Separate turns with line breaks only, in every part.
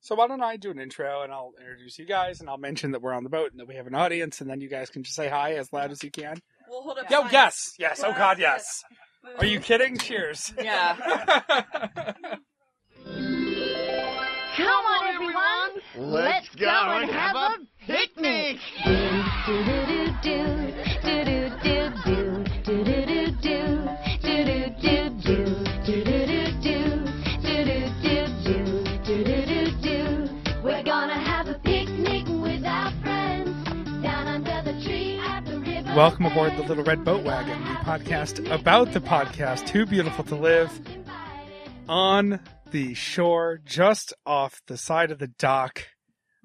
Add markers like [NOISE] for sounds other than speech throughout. So why don't I do an intro and I'll introduce you guys and I'll mention that we're on the boat and that we have an audience and then you guys can just say hi as loud as you can.
We'll hold up.
Yo,
signs.
yes, yes. Oh
Yes,
God, yes.
yes.
Are you kidding? Cheers.
Yeah.
Come on, everyone. Let's go and have a picnic. We're gonna have a picnic with our friends down under the tree at the river.
Welcome aboard the Little Red Boat Wagon, the podcast about the podcast Too Beautiful to Live on the shore just off the side of the dock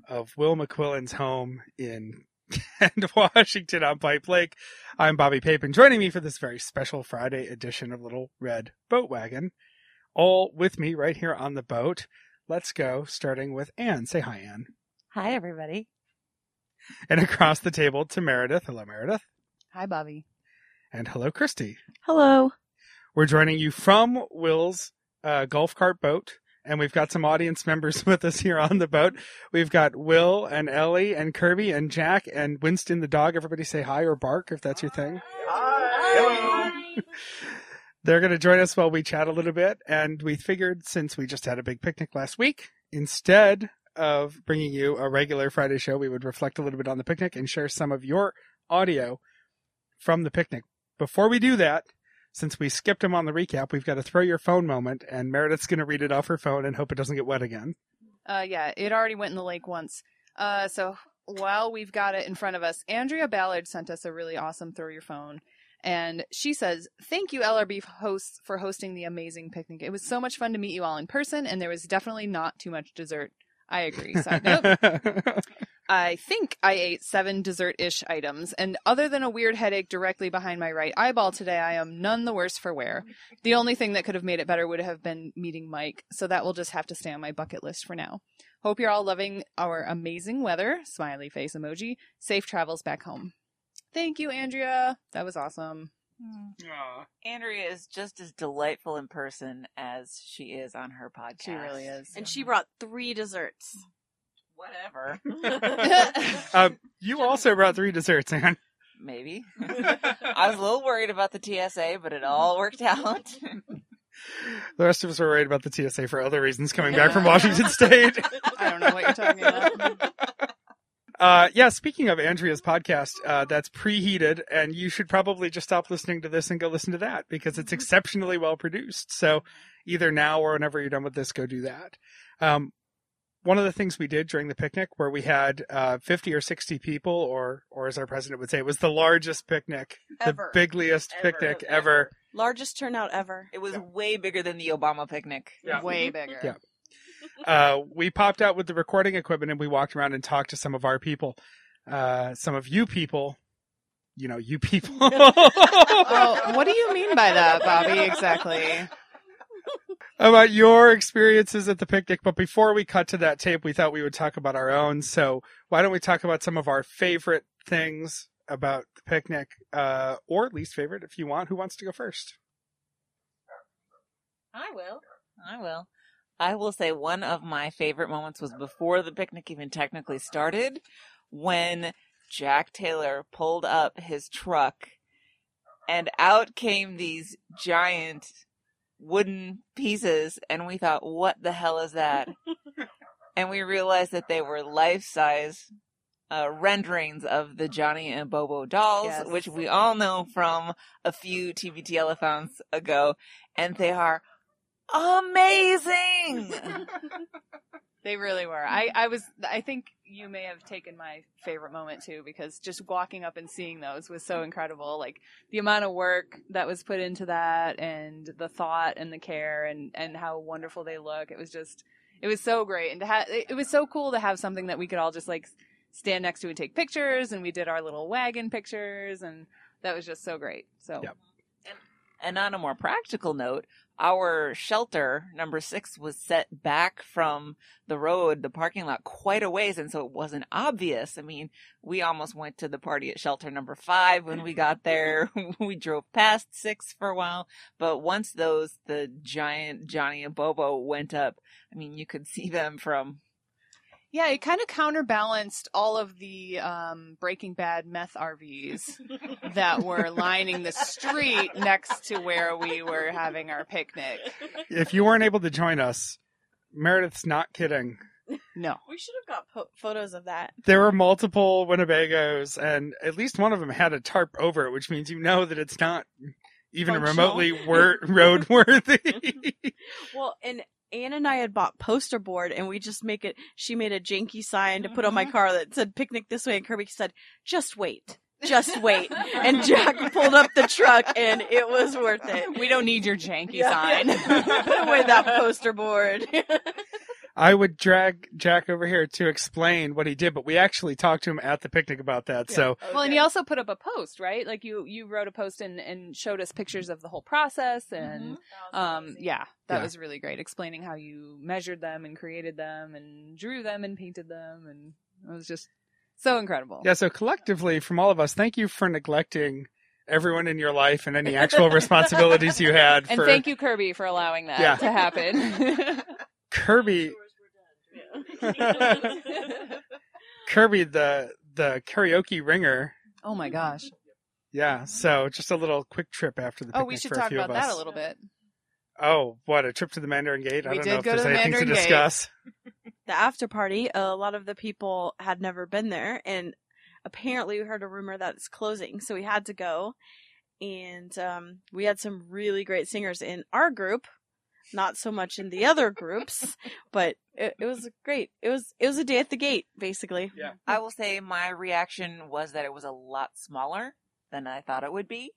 of Will McQuillan's home in [LAUGHS] Kent, Washington on Pipe Lake. I'm Bobby Papin. Joining me for this very special Friday edition of Little Red Boat Wagon, all with me right here on the boat. Let's go, starting with Anne. Say hi, Anne.
Hi, everybody.
And across the table to Meredith. Hello, Meredith.
Hi, Bobby.
And hello, Christy.
Hello.
We're joining you from Will's uh, golf cart boat, and we've got some audience members [LAUGHS] with us here on the boat. We've got Will and Ellie and Kirby and Jack and Winston the dog. Everybody say hi or bark if that's your thing. They're going to join us while we chat a little bit, and we figured since we just had a big picnic last week, instead of bringing you a regular Friday show, we would reflect a little bit on the picnic and share some of your audio from the picnic. Before we do that, since we skipped him on the recap, we've got to throw your phone moment, and Meredith's going to read it off her phone and hope it doesn't get wet again.
Uh, yeah, it already went in the lake once. Uh, so while we've got it in front of us, Andrea Ballard sent us a really awesome throw your phone. And she says, Thank you, LRB hosts, for hosting the amazing picnic. It was so much fun to meet you all in person, and there was definitely not too much dessert. I agree. Side note. I think I ate seven dessert ish items, and other than a weird headache directly behind my right eyeball today, I am none the worse for wear. The only thing that could have made it better would have been meeting Mike, so that will just have to stay on my bucket list for now. Hope you're all loving our amazing weather, smiley face emoji. Safe travels back home. Thank you, Andrea. That was awesome.
Andrea is just as delightful in person as she is on her podcast.
She really is. Uh-huh.
And she brought three desserts.
Whatever.
[LAUGHS]
[LAUGHS]
um, you also brought three desserts, Anne.
[LAUGHS]
Maybe. I was a little worried about the TSA, but it all worked out. [LAUGHS]
The rest of us were worried about the TSA for other reasons coming back from Washington State.
I don't know what you're talking about.
Uh, yeah, speaking of Andrea's podcast, uh, that's preheated, and you should probably just stop listening to this and go listen to that because it's exceptionally well produced. So either now or whenever you're done with this, go do that. Um, one of the things we did during the picnic where we had uh, 50 or 60 people, or, or as our president would say, it was the largest picnic,
Ever.
the bigliest
Ever.
picnic e-, ever.
Largest turnout ever.
It was
Yeah.
way bigger than the Obama picnic.
Yeah.
Way bigger.
Yeah. uh, we popped out with the recording equipment and we walked around and talked to some of our people, uh, some of you people, you know, you people.
Oh, what do you mean by that, Bobby? Exactly.
about your experiences at the picnic. But before we cut to that tape, we thought we would talk about our own. So why don't we talk about some of our favorite things about the picnic, uh, or least favorite if you want? Who wants to go first?
I will. I will. I will say one of my favorite moments was before the picnic even technically started when Jack Taylor pulled up his truck and out came these giant wooden pieces and we thought what the hell is that? and we realized that they were life-size uh, renderings of the Johnny and Bobo dolls,
Yes.
which we all know from a few TBT elephants ago, and they are amazing.
[LAUGHS] They really were. I, I was. I think you may have taken my favorite moment too, because just walking up and seeing those was so incredible. Like the amount of work that was put into that, and the thought and the care, and and how wonderful they look. It was just. It was so great, and to have. It it was so cool to have something that we could all just like stand next to and take pictures, and we did our little wagon pictures, and that was just so great. So
Yep.
and on a more practical note, our shelter number six was set back from the road, the parking lot, quite a ways, and so it wasn't obvious. I mean, we almost went to the party at shelter number five when we got there. [LAUGHS] we drove past six for a while, but once those the giant Johnny and Bobo went up, I mean, you could see them from
Yeah, it kind of counterbalanced all of the um, Breaking Bad meth RVs that were lining the street next to where we were having our picnic.
If you weren't able to join us, Meredith's not kidding.
No.
We should have got po- photos of that.
There were multiple Winnebagos, and at least one of them had a tarp over it, which means you know that it's not even
Functional.
remotely wor- [LAUGHS] roadworthy.
Well, and Anne and I had bought poster board, and we just make it. She made a janky sign to put on my
Mm-hmm.
car that said "Picnic this way," and Kirby said, "Just wait, just wait." and Jack pulled up the truck, and it was worth it.
We don't need your janky
Yeah. put away that poster board.
I would drag Jack over here to explain what he did, but we actually talked to him at the picnic about that. So
Well, and you also put up a post, right? Like you you wrote a post and and showed us pictures of the whole process and um yeah, that
Yeah.
was really great explaining how you measured them and created them and drew them and painted them and it was just so incredible.
yeah, so collectively from all of us, thank you for neglecting everyone in your life and any actual responsibilities you had
[LAUGHS] And
for
thank you Kirby for allowing that
Yeah.
to happen.
Kirby
[LAUGHS]
Kirby the the karaoke ringer.
oh my gosh.
Yeah, so just a little quick trip after the picnic
Mm-hmm. Oh, we should
for a
talk
few
about
of us.
that a little bit.
Oh, what a trip to the Mandarin Gate! I
We
don't
did
know if
go to
there's
the
anything to
Mandarin Gate.
discuss.
[LAUGHS] the after party, a lot of the people had never been there, and apparently we heard a rumor that it's closing, so we had to go. And um, we had some really great singers in our group, not so much in the other
[LAUGHS]
groups, but it, it was great. It was it was a day at the gate, basically.
I will say my reaction was that it was a lot smaller than I thought it would be.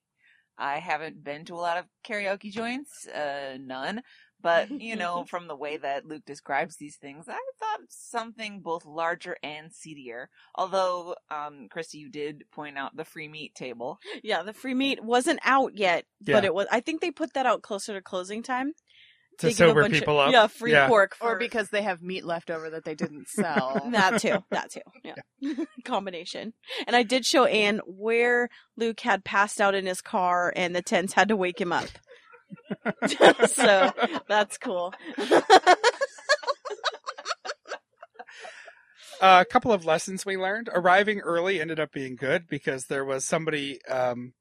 I haven't been to a lot of karaoke joints, uh, none,
[LAUGHS]
but you know, from the way that Luke describes these things, I thought something both larger and seedier. Although, um, Christy, you did point out the free meat table.
Yeah, the free meat wasn't out yet, but
Yeah.
it was. I think they put that out closer to closing time
To
They give a
sober
bunch of-
people up.
Yeah, free
Yeah.
pork for
Or because they have meat left over that they
[LAUGHS]
didn't sell.
That too. That too. Yeah. [LAUGHS] Combination. And I did show Anne where Luke had passed out in his car and the tents had to wake him up. [LAUGHS]
[LAUGHS]
so
[LAUGHS]
that's cool.
Uh, a couple of lessons we learned. Arriving early ended up being good because there was somebody um,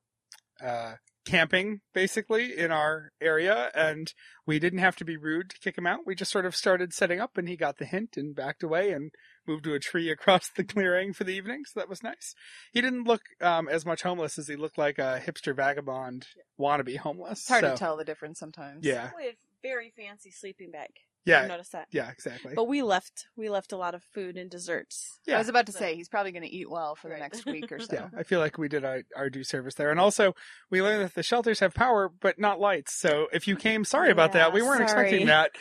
uh, camping basically in our area, and we didn't have to be rude to kick him out. We just sort of started setting up, and he got the hint and backed away and moved to a tree [LAUGHS] across the clearing for the evening. So that was nice. He didn't look um, as much homeless as he looked like a hipster vagabond wannabe homeless.
It's hard
So,
to tell the difference sometimes.
Yeah,
With very fancy sleeping bag. I
yeah,
noticed that.
yeah, exactly.
But we left we left a lot of food and desserts.
Yeah.
I was about to say he's probably going to eat well for the
Right.
next week
[LAUGHS]
or so.
Yeah, I feel like we did our, our due service there. And also, we learned that the shelters have power, but not lights. So if you came, sorry about
Yeah,
that. We weren't
sorry.
expecting that.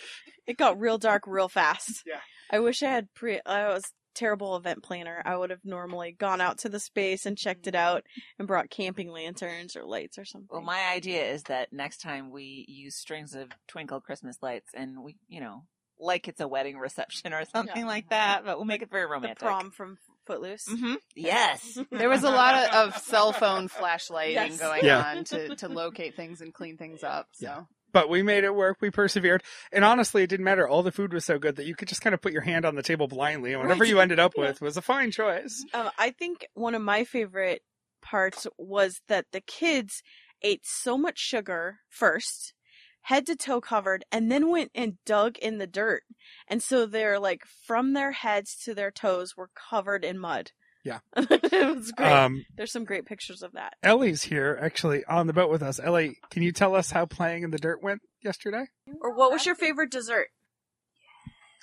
It got real dark real fast.
Yeah.
I wish I had pre I was terrible event planner. I would have normally gone out to the space and checked it out and brought camping lanterns or lights or something.
Oh
Well, my idea is that next time we use strings of twinkle Christmas lights and we, you know, like it's a wedding reception or something like
Uh-huh.
that, but we'll make it very
the
romantic.
prom from Footloose.
hmm
[LAUGHS]
Yes.
There was a lot of, of cell phone flashlighting
Yes.
going
Yeah.
on to, to locate things and clean things up. So
Yeah. But we made it work. We persevered. And honestly, it didn't matter. All the food was so good that you could just kind of put your hand on the table blindly. And whatever
Right.
you ended up
Yeah.
with was a fine choice.
Um, I think one of my favorite parts was that the kids ate so much sugar first, head to toe covered, and then went and dug in the dirt. And so they're like from their heads to their toes were covered in mud.
Yeah.
[LAUGHS] it was great.
Um,
There's some great pictures of that.
Ellie's here, actually, on the boat with us. Ellie, can you tell us how playing in the dirt went yesterday?
Or what was your favorite dessert?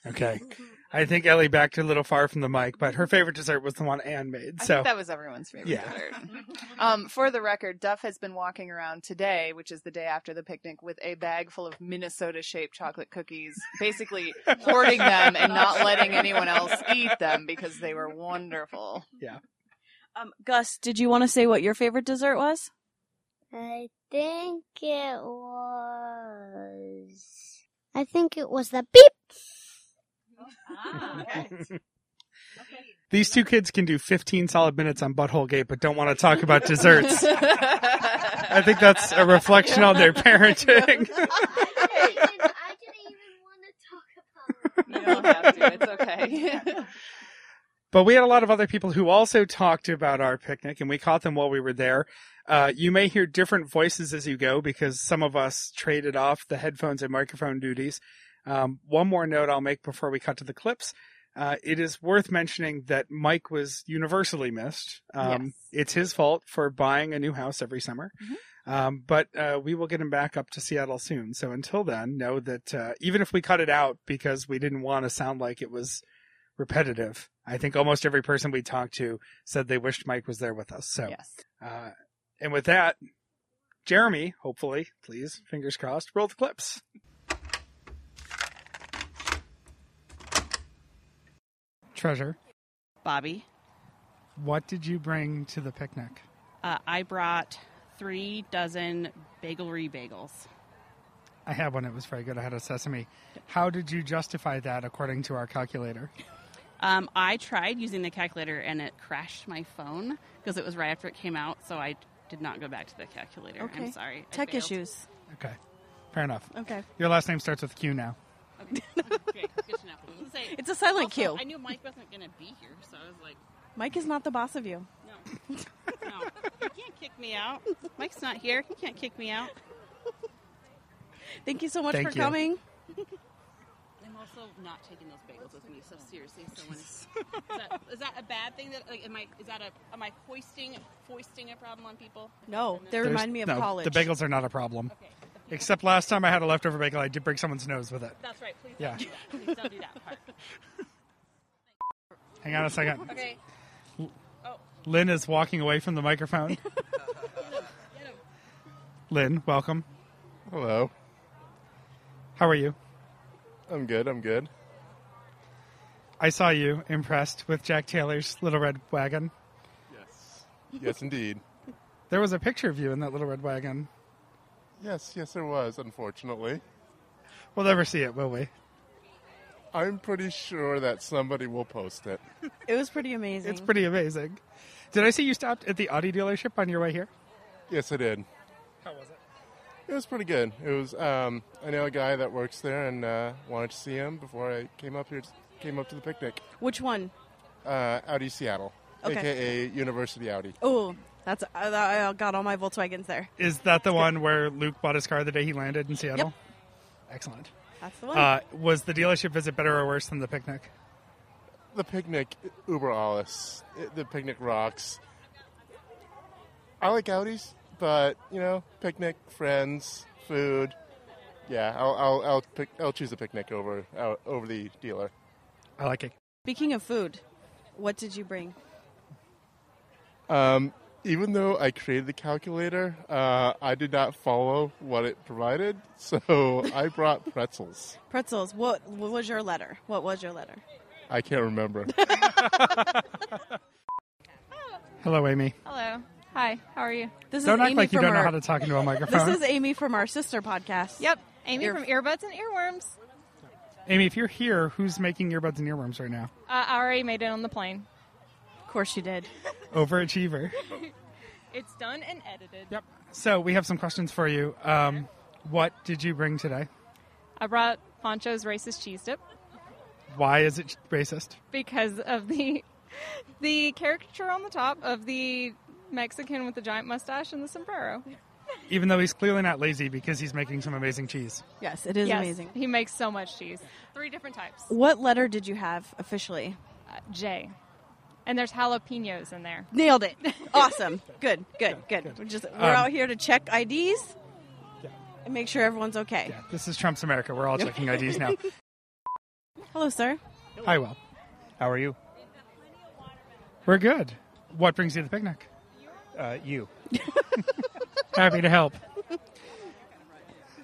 Okay. I think Ellie backed a little far from the mic, but her favorite dessert was the one Anne made.
I
So
think that was everyone's favorite
Yeah.
dessert. Um, for the record, Duff has been walking around today, which is the day after the picnic, with a bag full of Minnesota shaped chocolate cookies,
[LAUGHS]
basically hoarding them and not letting anyone else eat them because they were wonderful.
Um, Gus, did you want to say what your favorite dessert was?
[LAUGHS] I think it was. I think it was the beep.
These two kids can do 15 solid minutes on Butthole Gate, but don't want to talk about
[LAUGHS]
desserts. I
I
think that's a reflection on
[LAUGHS]
their parenting.
I didn't even want to talk about.
You don't have to. it's
[LAUGHS]
okay.
But we had a lot of other people who also talked about our picnic, and we caught them while we were there. Uh, you may hear different voices as you go because some of us traded off the headphones and microphone duties. Um, one more note I'll make before we cut to the clips. Uh, it is worth mentioning that Mike was universally missed. Um,
Yes.
It's his fault for buying a new house every summer.
Mhm.
Um, but uh, we will get him back up to Seattle soon. So until then, know that uh, even if we cut it out because we didn't want to sound like it was repetitive. I think almost every person we talked to said they wished Mike was there with us. So,
yes.
uh, and with that, Jeremy, hopefully, please, fingers crossed, roll the clips. Treasure,
Bobby.
what did you bring to the picnic?
Uh, I brought three dozen bagelry bagels.
I had one that was very good. I had a sesame. How did you justify that according to our calculator?
Um, I tried using the calculator and it crashed my phone because it was right after it came out, so I did not go back to the calculator.
Okay.
I'm sorry. I
Tech
failed.
issues.
Okay, fair enough.
Okay.
Your last name starts with Q now.
Okay, good to know. I was gonna say,
It's a silent
also,
cue.
I knew Mike wasn't going to be here, so I was like,
Mike is not the boss of you.
no. No. You can't kick me out. Mike's not here. He can't kick me out.
Thank you so much
Thank
for
you.
coming.
I'm also not taking those bagels with me. So seriously, if someone is that, is that a bad thing? That like, am I is that a am I hoisting foisting a problem on people?
[LAUGHS] No, they
There's-
remind me of
no,
college.
The bagels are not a problem.
Okay.
Except last time I had a leftover bagel, I did break someone's nose with it.
That's right. Please
Yeah.
don't do that. Please don't do that part.
Hang on a second.
Okay.
Lynn is walking away from the microphone.
[LAUGHS]
Lynn, welcome.
Hello.
How are you?
I'm good. I'm good.
I saw you impressed with Jack Taylor's Little Red Wagon.
Yes. Yes, indeed.
There was a picture of you in that Little Red Wagon.
Yes, yes, there was, unfortunately.
We'll never see it, will we?
I'm pretty sure that somebody will post it.
It was pretty amazing.
It's pretty amazing. Did I see you stopped at the Audi dealership on your way here?
Yes, I did.
How was it?
It was pretty good. It was. Um, I know a guy that works there, and uh, wanted to see him before I came up here. Came up to the picnic.
Which one?
Uh, Audi Seattle,
Okay.
aka University Audi.
Oh, that's I, I got all my Volkswagens there.
Is that the one where Luke bought his car the day he landed in Seattle? Excellent.
That's the one.
Uh, was the dealership visit better or worse than the picnic?
The picnic, uber alles. It- The picnic rocks. I like Audis, but you know, picnic, friends, food. Yeah, I'll I'll I'll, pick, I'll choose a picnic over out, over the dealer.
I like it.
Speaking of food, what did you bring?
Um, even though I created the calculator, uh, I did not follow what it provided, [LAUGHS] so I brought pretzels.
Pretzels. What, what was your letter? What was your letter?
I can't remember.
Hello, Amy.
Hello. Hi. How are you?
This
Don't
is
act
Amy
like you
from
don't
our,
know how to talk into a microphone.
This is Amy from our sister podcast.
Yep. Amy
Ear-
from Earbuds and Earworms.
Amy, if you're here, who's making earbuds and earworms right now?
Uh, I already made it on the plane.
Of course you did.
Overachiever.
[LAUGHS] It's done and edited.
Yep. So we have some questions for you. Um, what did you bring today?
I brought Poncho's racist cheese dip
Why is it racist?
because of the [LAUGHS] the caricature on the top of the Mexican with the giant mustache and the sombrero.
Even though he's clearly not lazy because he's making some amazing cheese.
Yes, it is
Yes,
amazing.
He makes so much cheese. Three different types.
What letter did you have officially?
Uh, J. And there's jalapenos in there.
Nailed it. Awesome. good, good, good. We're just we're
Um,
out here to check IDs and make sure everyone's okay.
Yeah, this is Trump's America. We're all checking IDs [LAUGHS] now.
[LAUGHS] Hello, sir.
Hi, Will.
How are you?
We're good. What brings you to
[LAUGHS]
the picnic?
Uh, you.
Happy to help.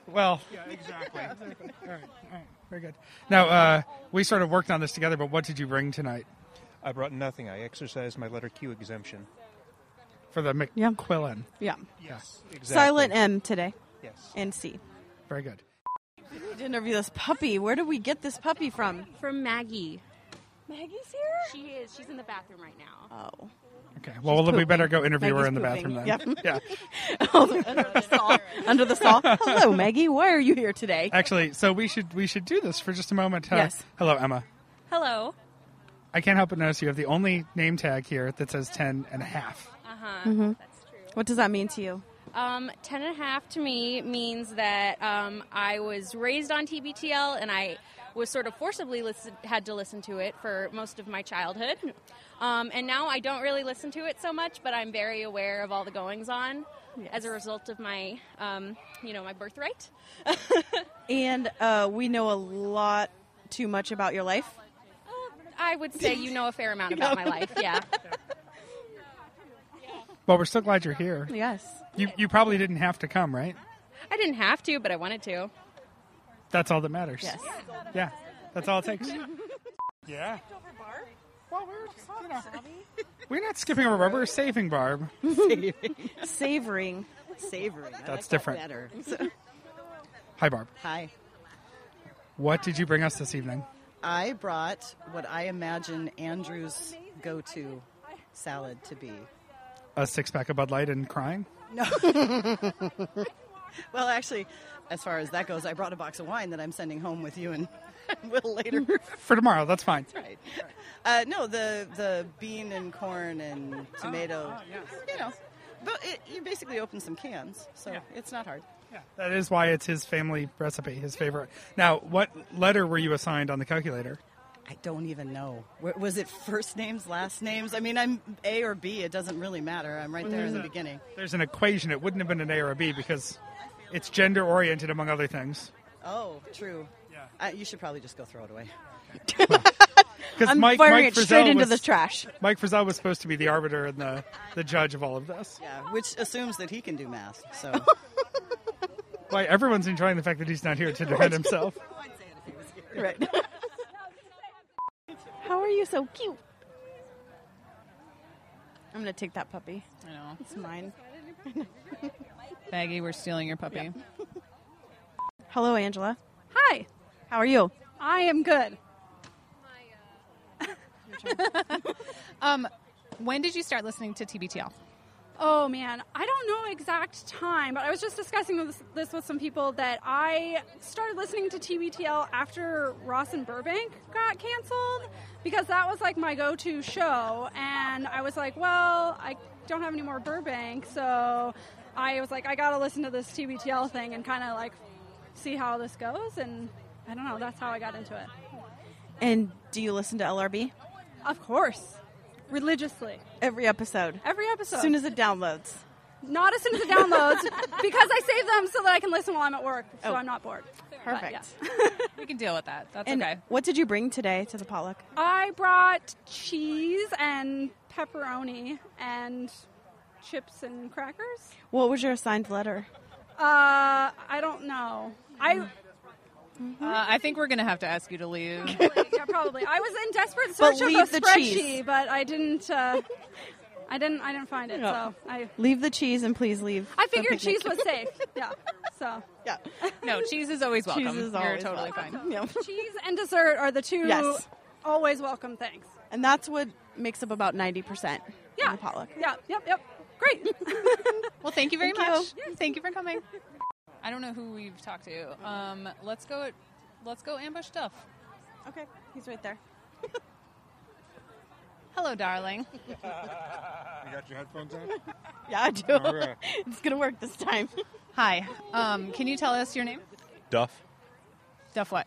Well, [LAUGHS] yeah,
[LAUGHS]
exactly. all, right, all right, very good. Now, uh, we sort of worked on this together, but what did you bring tonight
I brought nothing. I exercised my letter Q exemption.
for the
Yeah.
McQuillan?
Yeah.
Yes, exactly.
Silent M today
Yes.
and C.
Very good.
We did interview this puppy. Where did we get this puppy from?
From Maggie.
Maggie's here.
She is. She's in the bathroom right now.
Oh.
Okay. Well, we better go interview her
Maggie's
in the
pooping.
bathroom then.
Yep.
[LAUGHS] Yeah. [LAUGHS]
[LAUGHS] under the stall. Under the stall. Hello, Maggie. Why are you here today?
Actually, so we should we should do this for just a moment. huh?
Yes.
Hello, Emma.
Hello.
I can't help but notice you have the only name tag here that says 10 and a half.
Uh huh.
Mhm. What does that mean to you?
Um, ten and a half to me means that um, I was raised on TBTL and I was sort of forcibly listed, had to listen to it for most of my childhood. Um, and now I don't really listen to it so much, but I'm very aware of all the goings on as a result of my, um, you know, my birthright.
And uh, we know a lot too much about your life.
I would say you know a fair
[LAUGHS]
amount about my life. Yeah.
Well, we're so glad you're here.
Yes.
You, you probably didn't have to come, right?
I didn't have to, but I wanted to.
That's all that matters.
Yes.
Yeah, that's all
[LAUGHS]
it takes. Yeah.
Well, we're just, you
[LAUGHS]
know.
We're not skipping over Barb, we're saving Barb.
Savoring.
Savoring.
I
That's
like that
different.
better. [LAUGHS]
Hi, Barb.
Hi.
What did you bring us this evening?
I brought what I imagine Andrew's go to salad to be. [LAUGHS]
A six pack of Bud Light and crying?
No. well, actually, as far as that goes, I brought a box of wine that I'm sending home with you and [LAUGHS] Will later.
For tomorrow, that's
[LAUGHS]
fine.
Right. Uh, no, the the bean and corn and
Oh,
tomato. You know, but it, you basically open some cans, so it's not hard. Yeah.
That is why it's his family recipe, his favorite. Now, what letter were you assigned on the calculator?
I don't even know. Was it first names, last names? I mean, I'm A or B. It doesn't really matter. I'm right there in the beginning.
There's an equation. It wouldn't have been an A or a B because it's gender oriented, among other things.
Oh, true. Yeah. Uh, you should probably just go throw it away.
Because
I'm
Mike,
firing
Mike
it straight
Frizzell
into
was-
the trash.
Mike Frizzell was supposed to be the arbiter and the, the judge of all of this.
Yeah, which assumes that he can do math. So
Why everyone's enjoying the fact that he's not here to
[LAUGHS]
defend himself.
Right. [LAUGHS]
How are you so cute? I'm gonna take that puppy.
I know.
It's mine.
Maggie, we're stealing your puppy. [LAUGHS]
Hello, Angela.
Hi.
How are you?
I am good.
uh, [LAUGHS] Um, when did you start listening to TBTL?
Oh man, I don't know exact time, but I was just discussing this, this with some people that I started listening to TBTL after Ross and Burbank got canceled because that was like my go-to show, and I was like, well, I don't have any more Burbank, so I was like, I gotta listen to this TBTL thing and kind of like see how this goes, and I don't know, that's how I got into it.
And do you listen to LRB?
Of course, religiously.
Every episode.
Every episode.
As soon as it downloads.
Not as soon as it downloads, because I save them so that I can listen while I'm at work, so I'm not bored. Perfect.
we can deal with that. That's
and
okay.
What did you bring today to the potluck?
I brought cheese and pepperoni and chips and crackers.
What was your assigned letter?
Uh, I don't know. I
Uh, I think we're going to have to ask you to leave.
[LAUGHS]
yeah, probably. I was in desperate
But
search
leave
of a
the
spreadsheet,
cheese.
but I didn't. Uh, I didn't. I didn't find it.
Yeah.
So I.
Leave the cheese and please leave.
I
the
figured
picnic.
cheese was safe. Yeah. So.
Yeah.
No, cheese is always welcome.
Cheese is
You're
always
totally
welcome.
[LAUGHS] fine.
Cheese and dessert are the two
Yes.
always welcome things.
[LAUGHS] And that's what makes up about 90% yeah. the potluck.
Yeah. Yep. Yep. Great.
Well, thank you very
Thank you.
much. Thank you for coming. I don't know who we've talked to. Um, let's go. Let's go ambush Duff.
Okay, he's right there.
[LAUGHS] Hello, darling.
You got your headphones on?
[LAUGHS]
Yeah, I do. [LAUGHS]
All right.
it's gonna work this time.
Hi. Um, can you tell us your name?
Duff.
Duff what?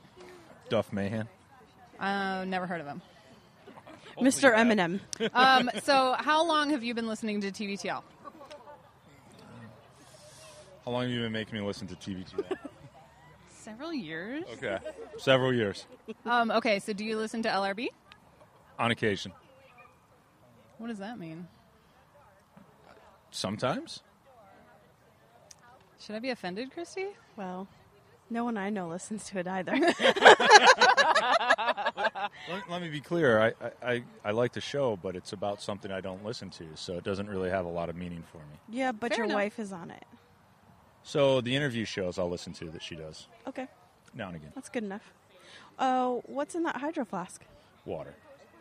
Duff Mahan.
Uh, never heard of him.
Mr. Eminem. [LAUGHS]
Um, so, how long have you been listening to TVTL?
How long have you been making me listen to [LAUGHS] TVT?
Several years.
okay. Several years.
Um, okay, so do you listen to LRB?
On occasion.
What does that mean?
Sometimes?
Should I be offended, Christy?
Well, no one I know listens to it
[LAUGHS]
either.
Let, let me be clear. I, I, I, I like the show, but it's about something I don't listen to, so it doesn't really have a lot of meaning for me.
yeah, but
Fair
your
enough.
wife is on it.
So the interview shows I'll listen to that she does
Okay,
now and again.
that's good enough. Oh, what's in that hydro flask?
Water,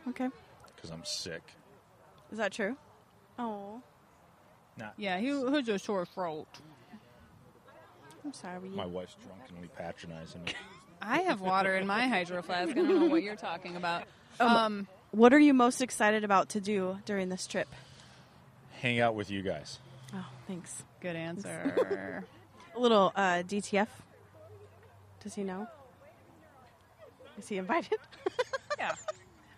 Okay,
because I'm sick.
is that true? Oh,
Not
Yeah, he, who's a sore throat?
I'm sorry.
my wife's drunkenly patronizing me.
I have water in my hydro flask. I don't know what you're talking about.
Um,
Um,
what are you most excited about to do during this trip?
[LAUGHS] Hang out with you guys.
Oh, thanks.
Good answer.
[LAUGHS] A little uh, DTF. Does he know? Is he invited?
yeah.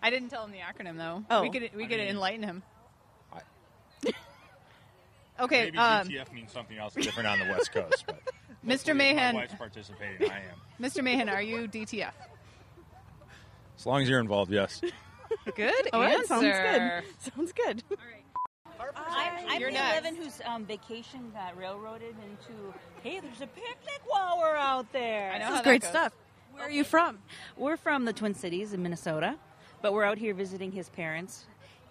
I didn't tell him the acronym though.
Oh.
we could we
I
could
mean-
enlighten him.
I-
okay,
Maybe
um,
DTF means something else different on the West Coast, but
Mr.
my
Mahan,
wife's participating. I am.
Mr. Mahan, are you DTF?
As long as you're involved, yes.
[LAUGHS] Good
[LAUGHS] Oh, that
answer.
sounds good. Sounds good.
I'm, I'm
You're
the
nuts.
11 whose um, vacation got railroaded into, hey, there's a picnic while we're out there.
This is great stuff.
Where
are you from? We're from the Twin Cities in Minnesota, but we're out here visiting his parents,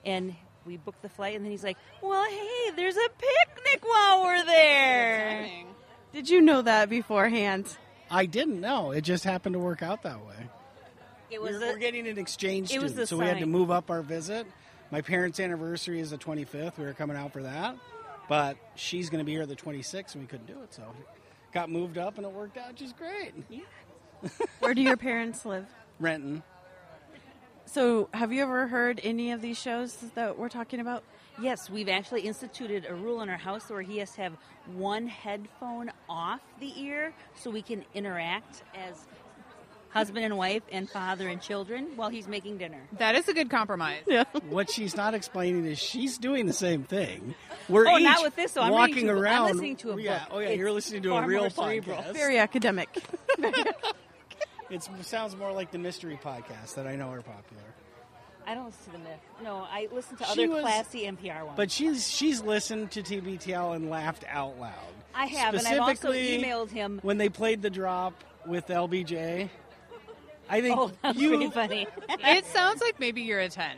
and we booked the flight. And then he's like, "Well, hey, there's a picnic while
[LAUGHS]
we're there."
Did you know that beforehand?
I didn't know. It just happened to work out that way.
It
was we're, we're getting an exchange
It was
student,
the
so we had to
sign.
move up our visit. My parents' anniversary is the 25th. We were coming out for that, but she's going to be here the 26th, and we couldn't do it, so got moved up, and it worked out just great. [LAUGHS] Yeah.
Where do your parents live?
Renton.
So, have you ever heard any of these shows that we're talking about?
Yes, we've actually instituted a rule in our house where he has to have one headphone off the ear so we can interact as husband and wife and father and children while he's making dinner.
That is a good compromise.
What she's not explaining is she's doing the same thing. We're
Oh,
each
not with this, though. I'm
walking
reading to- I'm
around.
listening to a
yeah,
book.
Oh yeah,
It's
you're listening to
far
a
more
real
cerebral.
podcast.
Very
[LAUGHS]
academic.
It sounds more like the mystery podcasts that I know are popular.
I don't listen to the myth. No, I listen to
She
other
was-
classy NPR ones.
But she's she's listened to TBTL and laughed out loud.
I have, and I've also
Specifically,
emailed him.
when they played the drop with LBJ. I think
Oh, that's
you
pretty funny.
[LAUGHS] it sounds like maybe you're a 10.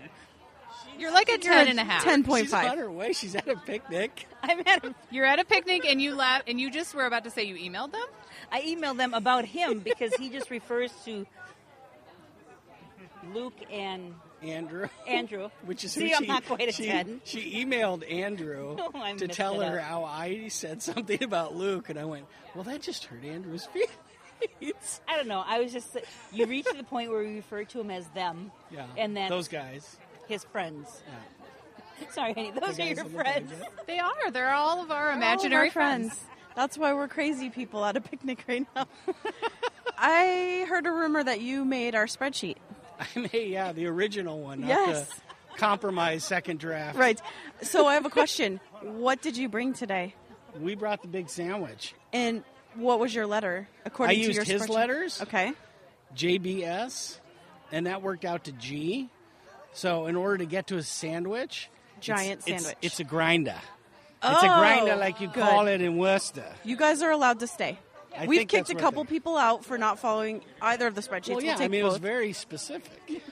You're like a
You're
10 and a half.
She's on her way. She's at a picnic.
[LAUGHS] I'm at a, you're at a picnic and you laugh and you just were about to say you emailed them?
I emailed them about him because he just refers to Luke
[LAUGHS]
and
Andrew.
Andrew.
[LAUGHS] Which is
See,
who
I'm
she,
not quite a
she,
10.
She emailed Andrew
[LAUGHS] Oh, I
to
messed
tell
it
her
up.
how I said something about Luke, and I went, "Well, that just hurt Andrew's [LAUGHS] feelings."
I don't know. I was just you reach to the point where we refer to him as them.
Yeah,
And then
those guys.
his friends. [LAUGHS] Sorry, honey, those
The
are
guys
your
on the plane,
friends.
[LAUGHS] They are. They're all of our
They're all of
imaginary
our friends. That's why we're crazy people at a picnic right
[LAUGHS]
now. I heard a rumor that you made our spreadsheet.
[LAUGHS] I mean, yeah, the original one, not
Yes.
the compromise second draft.
Right. So I have a question. What did you bring today?
We brought the big sandwich.
And what was your letter according
I
to
used
your
his
spreadsheet?
letters.
Okay.
JBS, and that worked out to G. So in order to get to a sandwich, it's-
Giant
it's-
sandwich. Oh,
It's, a grinder. it's a grinder like you
good.
call it in Worcester.
You guys are allowed to stay.
I
We've
think
kicked
that's
a
what
couple people out for not following either of the spreadsheets.
well, yeah,
we'll take
I mean it was
both.
very specific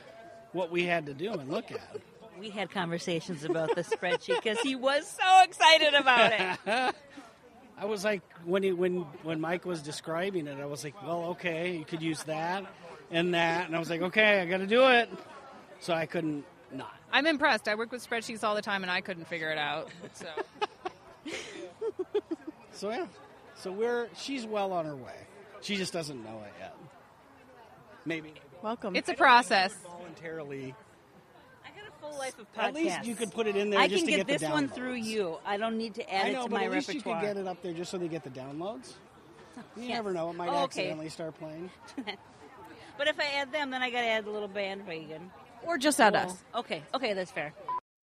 what we had to do and look at.
We had conversations about the spreadsheet because he was so excited about it.
I was like when he when when Mike was describing it, I was like, well, okay, you could use that and that, and I was like, okay, I got to do it. So I couldn't not.
I'm impressed. I work with spreadsheets all the time and I couldn't figure it out.
[LAUGHS]
So
So yeah, so we're she's well on her way. She just doesn't know it yet. Maybe
welcome.
It's a process.
voluntarily.
Full life of
[LAUGHS] At least
podcasts.
you could put it in there
I
just
can
to
get,
get the
this one
downloads.
through you. I don't need to add
I
it
know,
to
but
my
at least
repertoire.
you could get it up there just so they get the downloads. You
Yes.
never know; it might
Oh, okay.
accidentally start playing.
But if I add them, then I got to add a little bandwagon.
Or just add
Oh,
us.
Okay, okay, that's fair.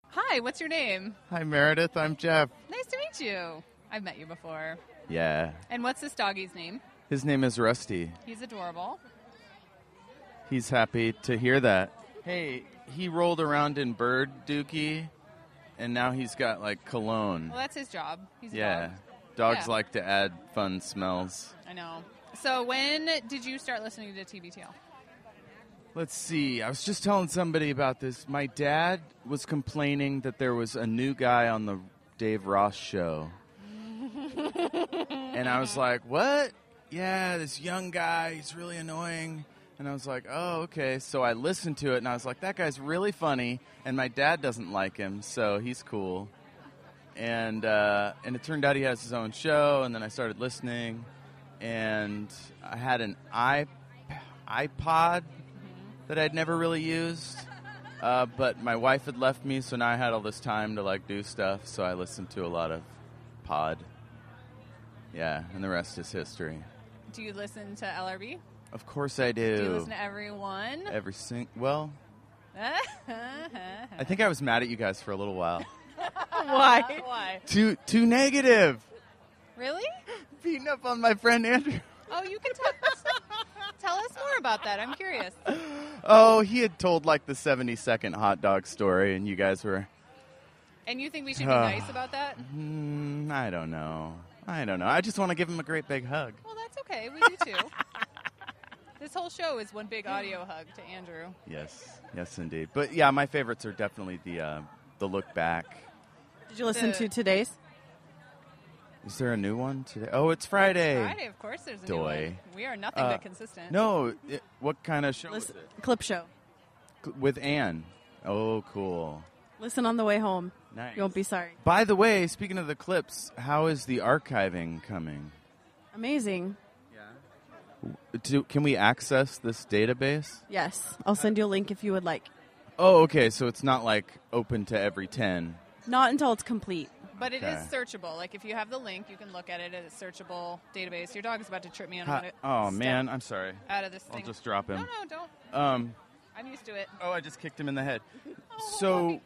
Hi, what's your name?
Hi, Meredith. I'm Jeff.
[LAUGHS] Nice to meet you. I've met you before.
Yeah.
And what's this doggy's name?
His name is Rusty.
He's adorable.
He's happy to hear that. Hey, he rolled around in bird dookie, and now he's got like cologne.
Well, that's his job. He's a
Mm. yeah.
dog.
Dogs
Yeah.
like to add fun smells.
I know. So when did you start listening to TBTL?
Let's see. I was just telling somebody about this. My dad was complaining that there was a new guy on the Dave Ross show. [LAUGHS] and I
[LAUGHS]
was like, "What? Yeah, this young guy. He's really annoying." And I was like, "Oh, okay." So I listened to it, and I was like, "That guy's really funny." And my dad doesn't like him, so he's cool. And uh, and it turned out he has his own show. And then I started listening, and I had an iP- iPod that I'd never really used. Uh, but my wife had left me, so now I had all this time to like do stuff. So I listened to a lot of pod. Yeah, and the rest is history.
Do you listen to LRB?
Of course I do.
Do you listen to everyone?
[LAUGHS] Every sing. Well, I think I was mad at you guys for a
[LAUGHS]
little while.
[LAUGHS] Why? Why?
too too negative.
Really?
Beating up on my friend Andrew.
Oh, you can tell us, tell us more about that. I'm curious.
Oh, he had told like the seventy second hot dog story, and you guys were.
And you think we should be
Uh,
nice about that?
Mm, I don't know. I don't know. I just want to give him a great big hug.
Well, that's okay. We do
[LAUGHS]
too. this whole show is one big audio hug to Andrew.
Yes, yes, indeed. But yeah, my favorites are definitely the uh, the look back.
Did you listen
The-
to today's?
Is there a new one today? Oh, it's Friday.
Friday, of course there's a new
Doy. Uh,
one. We are nothing but consistent.
No, it- what kind of show was
Listen, clip show.
it? C- With Anne. Oh, cool.
Listen on the way home.
Nice.
You won't be sorry.
By the way, speaking of the clips, how is the archiving coming?
Amazing.
Do, can we access this database?
Yes. I'll send you a link if you would like.
Oh, okay. So it's not like open to every 10.
Not until it's complete.
But it is
Okay.
searchable. Like if you have the link, you can look at it at a searchable database. Your dog is about to trip me on
Ha-
one of-
oh,
step
man. I'm sorry.
Out of this
I'll
thing.
just drop him.
No, no, don't.
Um,
I'm used to it. Oh,
Oh, I just kicked him in
[LAUGHS]
the head. so,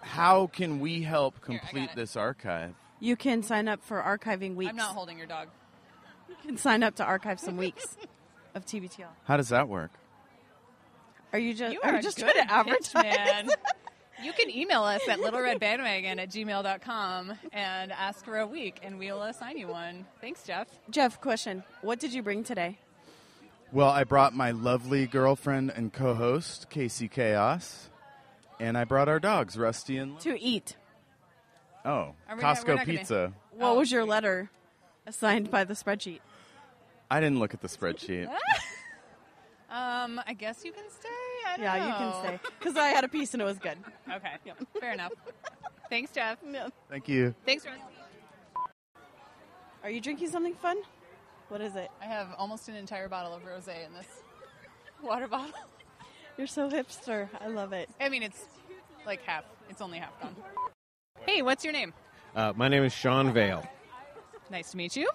how can we help complete this archive?
You can sign up for archiving weeks. I'm not
holding your dog.
You can sign up to archive some weeks of TBTL.
How does that work?
Are you just
You
are,
are
you just
good
trying to
at pitch,
advertise? [LAUGHS]
man. You can email us at littleredbandwagon at gmail.com and ask for a week, and we'll assign you one. Thanks, Jeff.
Jeff, question. What did you bring today?
Well, I brought my lovely girlfriend and co host, Casey Chaos, and I brought our dogs, Rusty and.
To eat.
Oh,
Are we not-
Costco
we're not gonna-
Pizza.
What was your letter assigned by the spreadsheet?
I didn't look at the spreadsheet.
Um, I guess you can stay. I don't
Yeah, you can
know.
stay. Because I had a piece and it was good.
[LAUGHS] Okay, fair enough. Thanks,
[LAUGHS]
Jeff.
Thank you.
Thanks, Rusty.
Are you drinking something fun? What is it?
I have almost an entire bottle of rosé in this water bottle.
You're so hipster. I love it.
I mean, it's like half. It's only half gone. Hey, what's your name?
Uh, my name is Sean Vale.
Nice to meet you.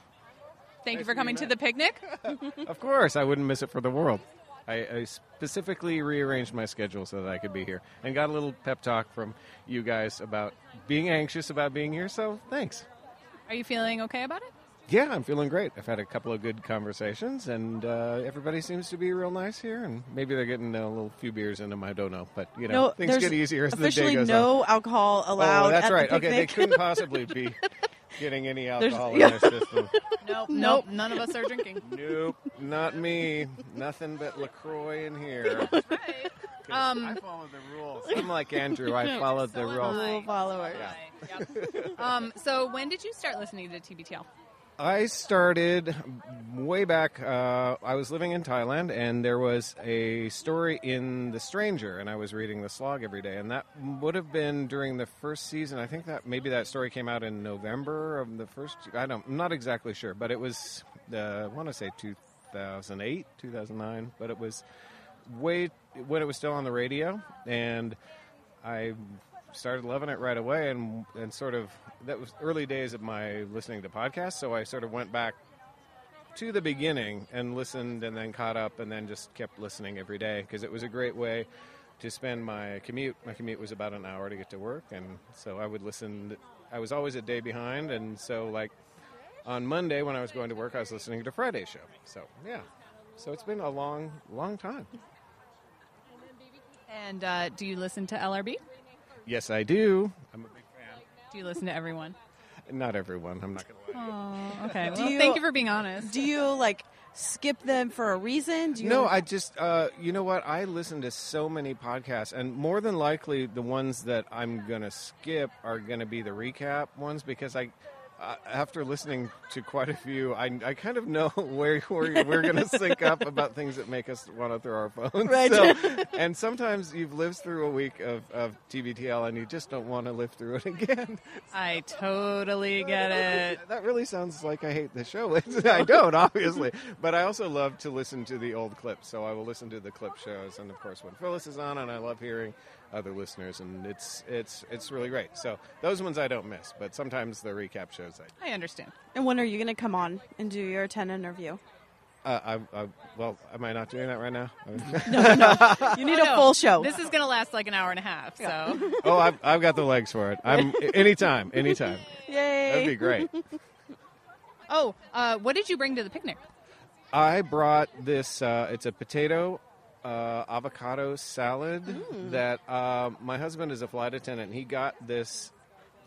Thank you
Nice
for
to
coming
meet
to
you.
the picnic.
[LAUGHS] Of course, I wouldn't miss it for the world. I, I specifically rearranged my schedule so that I could be here and got a little pep talk from you guys about being anxious about being here, so thanks.
Are you feeling okay about it?
Yeah, I'm feeling great. I've had a couple of good conversations, and uh, everybody seems to be real nice here. And maybe they're getting a little few beers in them. I don't know, but you know,
No,
things
there's
get easier as the
officially
day goes
no
on.
alcohol
Oh,
allowed
that's
at the
right. okay, they
picnic.
couldn't possibly be getting any
There's-
alcohol in
yeah.
their [LAUGHS] system.
[LAUGHS] Nope,
Nope.
nope. None of us are drinking.
Nope, not me. Nothing but Lacroix in
[LAUGHS]
here.
Um,
I follow the rules. I'm like Andrew. I followed the rules.
follower.
um, so when did you start listening to TBTL?
I started way back. Uh, I was living in Thailand, and there was a story in The Stranger, and I was reading the slog every day. And that would have been during the first season. I think that maybe that story came out in November of the first. I don't. I'm not exactly sure, but it was. Uh, I want to say 2008, 2009, but it was way when it was still on the radio, and I started loving it right away and and sort of that was early days of my listening to podcasts so I sort of went back to the beginning and listened and then caught up and then just kept listening every day because it was a great way to spend my commute my commute was about an hour to get to work and so I would listen I was always a day behind and so like on Monday when I was going to work I was listening to Friday show so yeah so it's been a long long time
And uh, do you listen to LRB?
yes I do I'm a big
Do you listen to everyone?
fan not everyone I'm not gonna lie
Oh, okay. Well, thank you for being honest.
Do you like skip them for a reason? Do you
no, I just uh, you know what? I listen to so many podcasts, and more than likely, the ones that I'm gonna skip are gonna be the recap ones because I uh, after listening to quite a few, I, I kind of know [LAUGHS] where, where we're going to sync up about things that make us want to throw our phones.
Right.
[LAUGHS]
So, and sometimes you've lived through a week of, of TBTL and you just don't want to live through it [LAUGHS] again.
I totally get it.
That really sounds like I hate the show. [LAUGHS]
[LAUGHS]
I don't, obviously. But I also love to listen to the old clips. So I will listen to the clip shows. And of course, when Phyllis is on, and I love hearing other listeners. And it's, it's, it's really great. So those ones I don't miss. But sometimes the recap shows I do.
I understand.
And when are you going to come on and do your 10 interview?
Uh, I, I, well, am I not doing that right now?
[LAUGHS] No, no. You need
Oh,
a
no.
full show.
This is going to last like an hour and a half. So
[LAUGHS] oh, I've, I've got the legs for it. I'm anytime, anytime.
Yay.
That'd
[LAUGHS]
be great.
Oh, uh, what did you bring to the picnic?
I brought this. Uh, it's a potato uh, avocado salad that uh, my husband is a flight attendant. He got this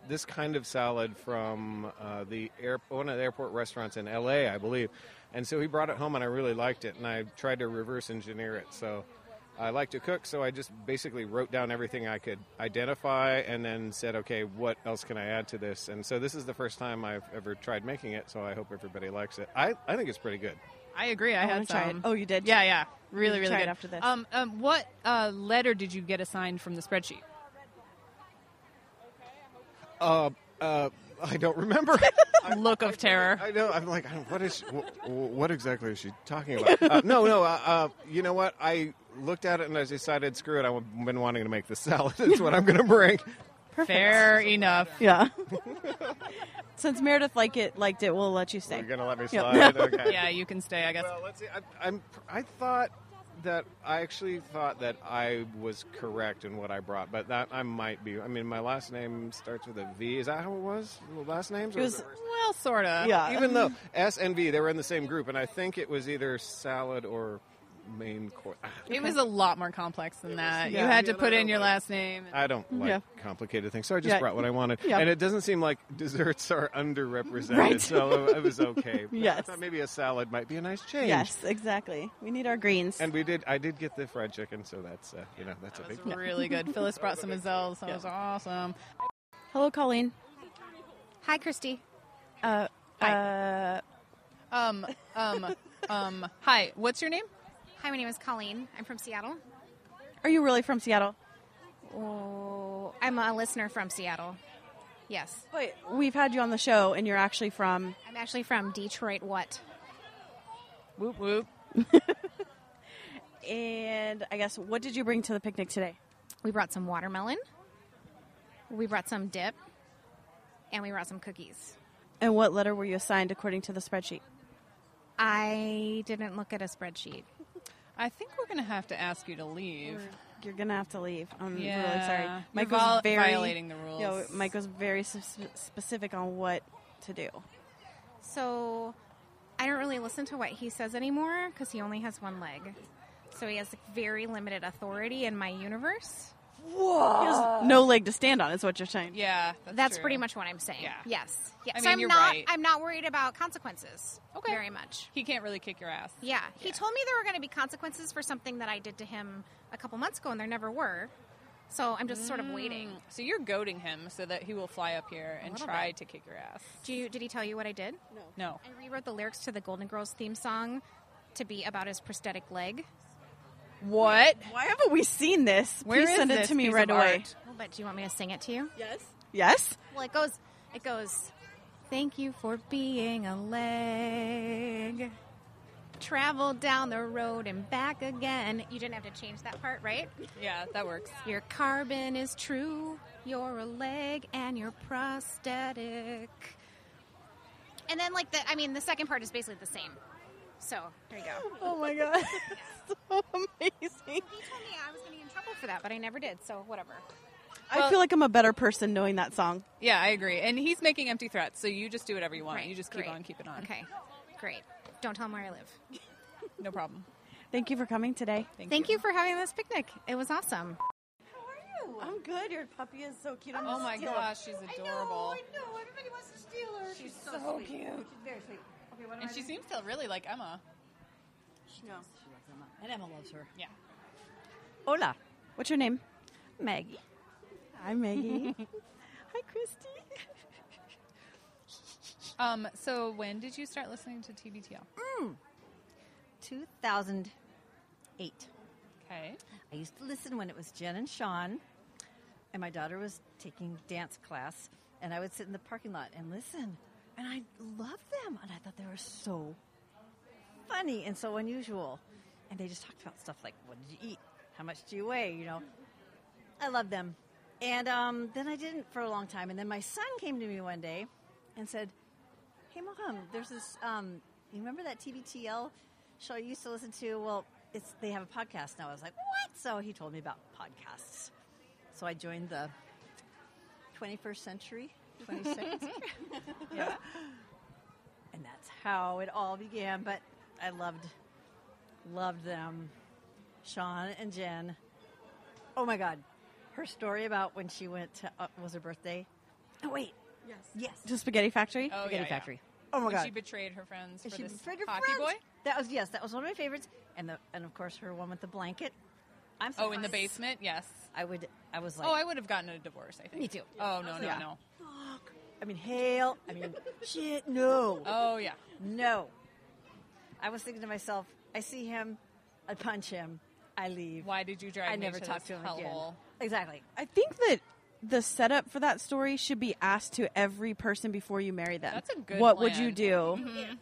this kind of salad from uh, the air, one of the airport restaurants in L.A., I believe. And so he brought it home, and I really liked it. And I tried to reverse engineer it. So I like to cook, so I just basically wrote down everything I could identify, and then said, "Okay, what else can I add to this?" And so this is the first time I've ever tried making it. So I hope everybody likes it. I, I think it's pretty good.
I agree. I,
I wanna
had some.
try it. Oh, you did?
Yeah, yeah. Really,
You
really
try it
good.
after this.
Um, um, what uh, letter did you get assigned from the spreadsheet?
Uh, uh, I don't remember.
[LAUGHS] Look of terror.
I know. I'm like, I don't- what is? She, wh- what exactly is she talking about? Uh, no, no. Uh, uh, you know what? I looked at it and I decided, screw it. I've been wanting to make this salad. [LAUGHS] It's what I'm going to bring.
Fair enough.
[LAUGHS]
Yeah. Since Meredith like it, liked it, we'll let you stay.
You're gonna let me
Yep.
slide?
[LAUGHS]
Okay.
Yeah, you can stay. I guess.
Well, let's see. I, I'm. I thought that I actually thought that I was correct in what I brought, but that I might be. I mean, my last name starts with a V. Is that how it was? The Last names? or
It was-
it
well, sort of.
Even [LAUGHS] though S and V, they were in the same group, and I think it was either salad or main course.
It was a lot more complex than that.
yeah.
You had to
Yeah,
put
no,
in your last name.
I don't like
Yeah.
complicated things, so I just
Yeah.
brought what I wanted.
Yeah.
And it doesn't seem like desserts are underrepresented,
Right.
so it, it was okay. But I
Yes.
thought maybe a salad might be a nice change.
Yes, exactly. We need our greens.
And we did. I did get the fried chicken, so that's uh, you know that's a big deal.
Really good. Phyllis brought some Azels. That was awesome.
Hello, Colleen.
Hi, Christy. Uh,
Hi. um, um, um, hi. What's your name?
Hi, my name is Colleen. I'm from Seattle.
Are you really from Seattle?
Oh, I'm a listener from Seattle. Yes.
Wait, we've had you on the show, and you're actually from.
I'm actually from Detroit. What?
Whoop whoop.
and I guess what did you bring to the picnic today?
We brought some watermelon. We brought some dip, and we brought some cookies.
And what letter were you assigned according to the spreadsheet?
I didn't look at a spreadsheet.
I think we're gonna have to ask you to leave.
You're gonna have to leave. I'm really
Yeah.
sorry.
You're
Mike
vol-
was very
violating the rules.
Yeah, Mike was very s- specific on what to do.
So I don't really listen to what he says anymore because he only has one leg. So he has very limited authority in my universe.
Whoa! He has no leg to stand on. Is what you're saying?
Yeah,
that's, pretty much what I'm saying. Yes. Yeah.
I
so
mean,
I'm
you're
not.
right.
I'm not worried about consequences. Okay. Very much.
He can't really kick your ass.
Yeah. He told me there were going to be consequences for something that I did to him a couple months ago, and there never were. So I'm just sort of waiting.
Mm. So you're goading him so that he will fly up here and
little
try
bit.
to kick your ass.
Do you, did he tell you what I did? No.
No.
I rewrote the lyrics to the Golden Girls theme song to be about his prosthetic leg.
What?
Why haven't we seen this?
Where
Please
is
send it
this
to me
piece
right
of
away.
art? Well, but do you want me to sing it to you? Yes.
Yes.
Well, it goes. It goes. Thank you for being a leg. Travel down the road and back again. You didn't have to change that part, right?
Yeah, that works.
Your carbon is true. You're a leg and you're prosthetic. And then, like the, I mean, the second part is basically the same. So there you go.
Oh my god, [LAUGHS]
[LAUGHS]
so amazing!
He told me I was going to get in trouble for that, but I never did. So whatever.
I feel like I'm a better person knowing that song.
Yeah, I agree. And he's making empty threats, so you just do whatever you want. You just keep
Great.
on keeping on.
Okay. Great. Don't tell him where I live.
No problem.
Thank you for coming today.
Thank,
Thank you. for having this picnic. It was awesome.
I'm good. Your puppy is so cute.
Oh my gosh, she's adorable.
know. Everybody wants to steal her. She's,
so so sweet. cute. She's
very sweet. Okay, what
And she seems to really like Emma.
She knows. She loves Emma. And Emma loves her.
Yeah.
Hola.
What's your name?
Maggie.
[LAUGHS]
Hi, Maggie. Hi, Christy.
Um, so when did you start listening to TBTL?
Hmm. 2008.
Okay.
I used to listen when it was Jen and Sean, and my daughter was taking dance class, and I would sit in the parking lot and listen. And I loved them, and I thought they were so funny and so unusual. And they just talked about stuff like, what did you eat? How much do you weigh? You know, I loved them. And um, then I didn't for a long time. And then my son came to me one day and said, Hey, mom, there's this. Um, you remember that TBTL show you used to listen to? Well, it's they have a podcast now. I was like, What? So he told me about podcasts. So I joined the 21st century, 26th. yeah. And that's how it all began. But I loved, loved them. Sean and Jen. Oh my God. Her story about when she went to, uh, was her birthday? Oh, wait.
Yes.
Yes.
To Spaghetti Factory?
Oh,
Spaghetti
yeah, yeah.
Factory. Oh my
When
God.
She betrayed her friends for
And she
this
betrayed her
hockey
friends.
boy.
That was, yes, that was one of my favorites. And the, and of course, her one with the blanket. I'm
Oh, in the
surprised.
basement. Yes.
I would, I was like,
oh, I would have gotten a divorce. I think.
Me too.
Oh no no
Yeah.
no.
I mean, hail. I
[LAUGHS]
mean, shit, no.
Oh, yeah.
No. I was thinking to myself, I see him, I punch him, I leave.
Why did you drive
I
me
never
to
talk
this
to him
hellhole?
again. Exactly.
I think that the setup for that story should be asked to every person before you marry them.
That's a good
What would
plan.
you do?
[LAUGHS] Mm-hmm.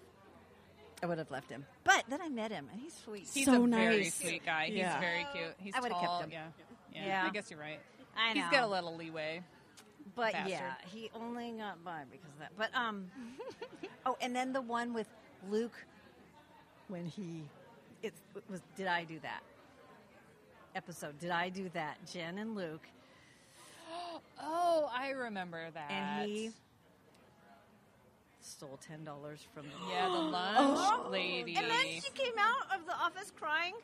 I would have left him. But then I met him, and he's sweet.
He's a very sweet guy. He's
Yeah.
very cute. He's
I would've kept
tall.
him.
Yeah. yeah.
Yeah.
I guess you're right.
I
He's
know.
got a little leeway.
But
Bastard.
yeah, he only got by because of that. But um, [LAUGHS] oh, and then the one with Luke when he it was did I do that episode? Did I do that? Jen and Luke,
[GASPS] Oh, I remember that.
and he stole ten dollars from the
Yeah, the lunch
[GASPS] Oh.
lady.
and then she came out of the office crying,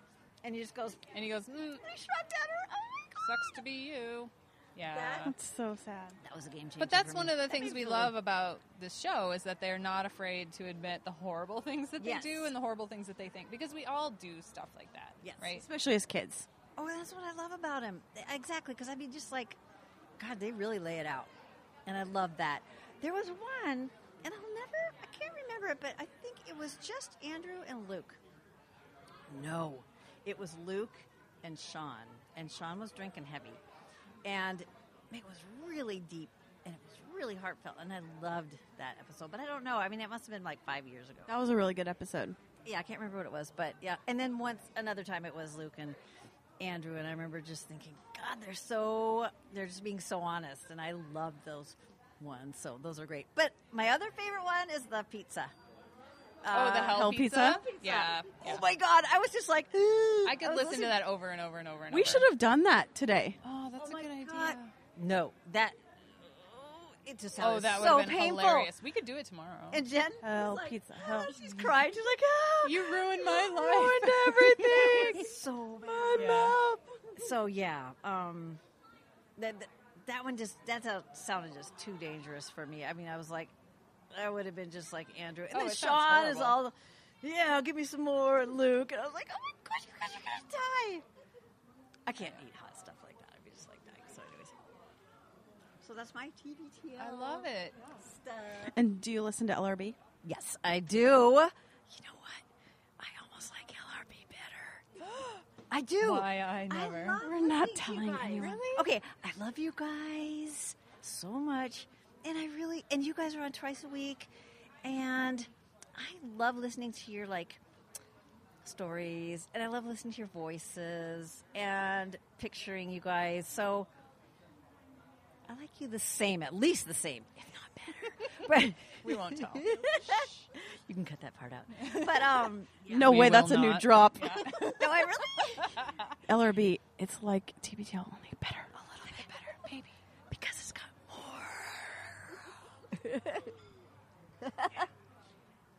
and he just goes
and he goes, mm,
I shrugged at her. Oh my god,
sucks to be you. Yeah.
That's so sad.
That was a game changer.
But that's
for
one
me.
of the
That
things
made me
we
feel
love
good.
about this show is that they're not afraid to admit the horrible [LAUGHS] things that they
Yes.
do and the horrible things that they think because we all do stuff like that.
Yes.
Right?
Especially as kids.
Oh, that's what I love about him. Exactly, because I mean, just like, God, they really lay it out, and I love that. There was one, and I'll never, I can't remember it, but I think it was just Andrew and Luke. No, it was Luke and Sean, and Sean was drinking heavy, and it was really deep, and it was really heartfelt, and I loved that episode. But I don't know. I mean, it must have been like five years ago.
That was a really good episode.
Yeah, I can't remember what it was, but yeah. And then once another time it was Luke and Andrew, and I remember just thinking, God, they're so they're just being so honest, and I love those ones. So those are great. But my other favorite one is the pizza. Uh,
Oh, the hell, pizza? Yeah.
Oh my God, I was just like, [GASPS] I
I could
was
listen
listening-
to that over and over and over and
We
over.
should have done that today.
Oh, that's a good idea.
No, that it just
Oh,
sounded
that would
so
have been
painful.
hilarious. We could do it tomorrow.
And Jen,
Hell,
was like,
pizza,
"Ah,"
hell.
she's crying. She's like, ah,
You ruined my [LAUGHS]
ruined
life. [LAUGHS]
everything. so my
Yeah.
So yeah, um, that that- that one just that so- sounded just too dangerous for me. I mean, I was like, I would have been just like Andrew, and
Oh,
then
it sounds
Sean is
horrible.
all, yeah, give me some more, Luke, and I was like, oh my gosh, you guys are gonna die. I can't eat hot stuff like that. I'd be just like dying. So anyways, so that's my TBTL.
I love it.
Stuff.
And do you listen to LRB?
Yes, I do. You know what? I almost like LRB better.
[GASPS]
I do.
Why I never.
We're
not telling anyone.
Really? Okay, I love you guys so much, and I really and you guys are on twice a week, and I love listening to your like stories, and I love listening to your voices and picturing you guys. So I like you the same, at least the same, if
[LAUGHS]
not better. But
We won't
[LAUGHS]
tell.
you can cut that part out. But
[LAUGHS]
um,
No
We
way,
will
that's a new
not.
drop.
[LAUGHS] no, I really. [LAUGHS]
LRB, it's like TBTL only better.
Maybe. Because it's got more. I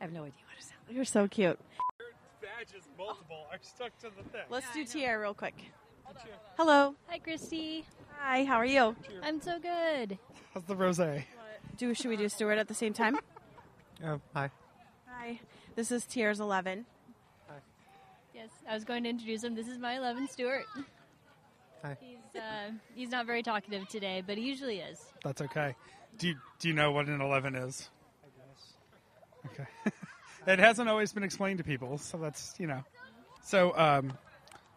have no idea what it sounds
You're so cute.
Badges multiple are stuck to the thing.
Let's do TI real quick. Hello.
Hi, Christy.
Hi, how are you?
I'm so good.
How's the rose?
Do should we do Stuart at the same time?
Oh, hi.
Hi. This is Tiers Eleven.
Yes, I was going to introduce him. This is my 11, Stuart.
Hi.
He's, uh, he's not very talkative today, but he usually is.
That's okay. Do you, do you know what an 11 is? Okay. [LAUGHS] it hasn't always been explained to people, so that's you know. So, um,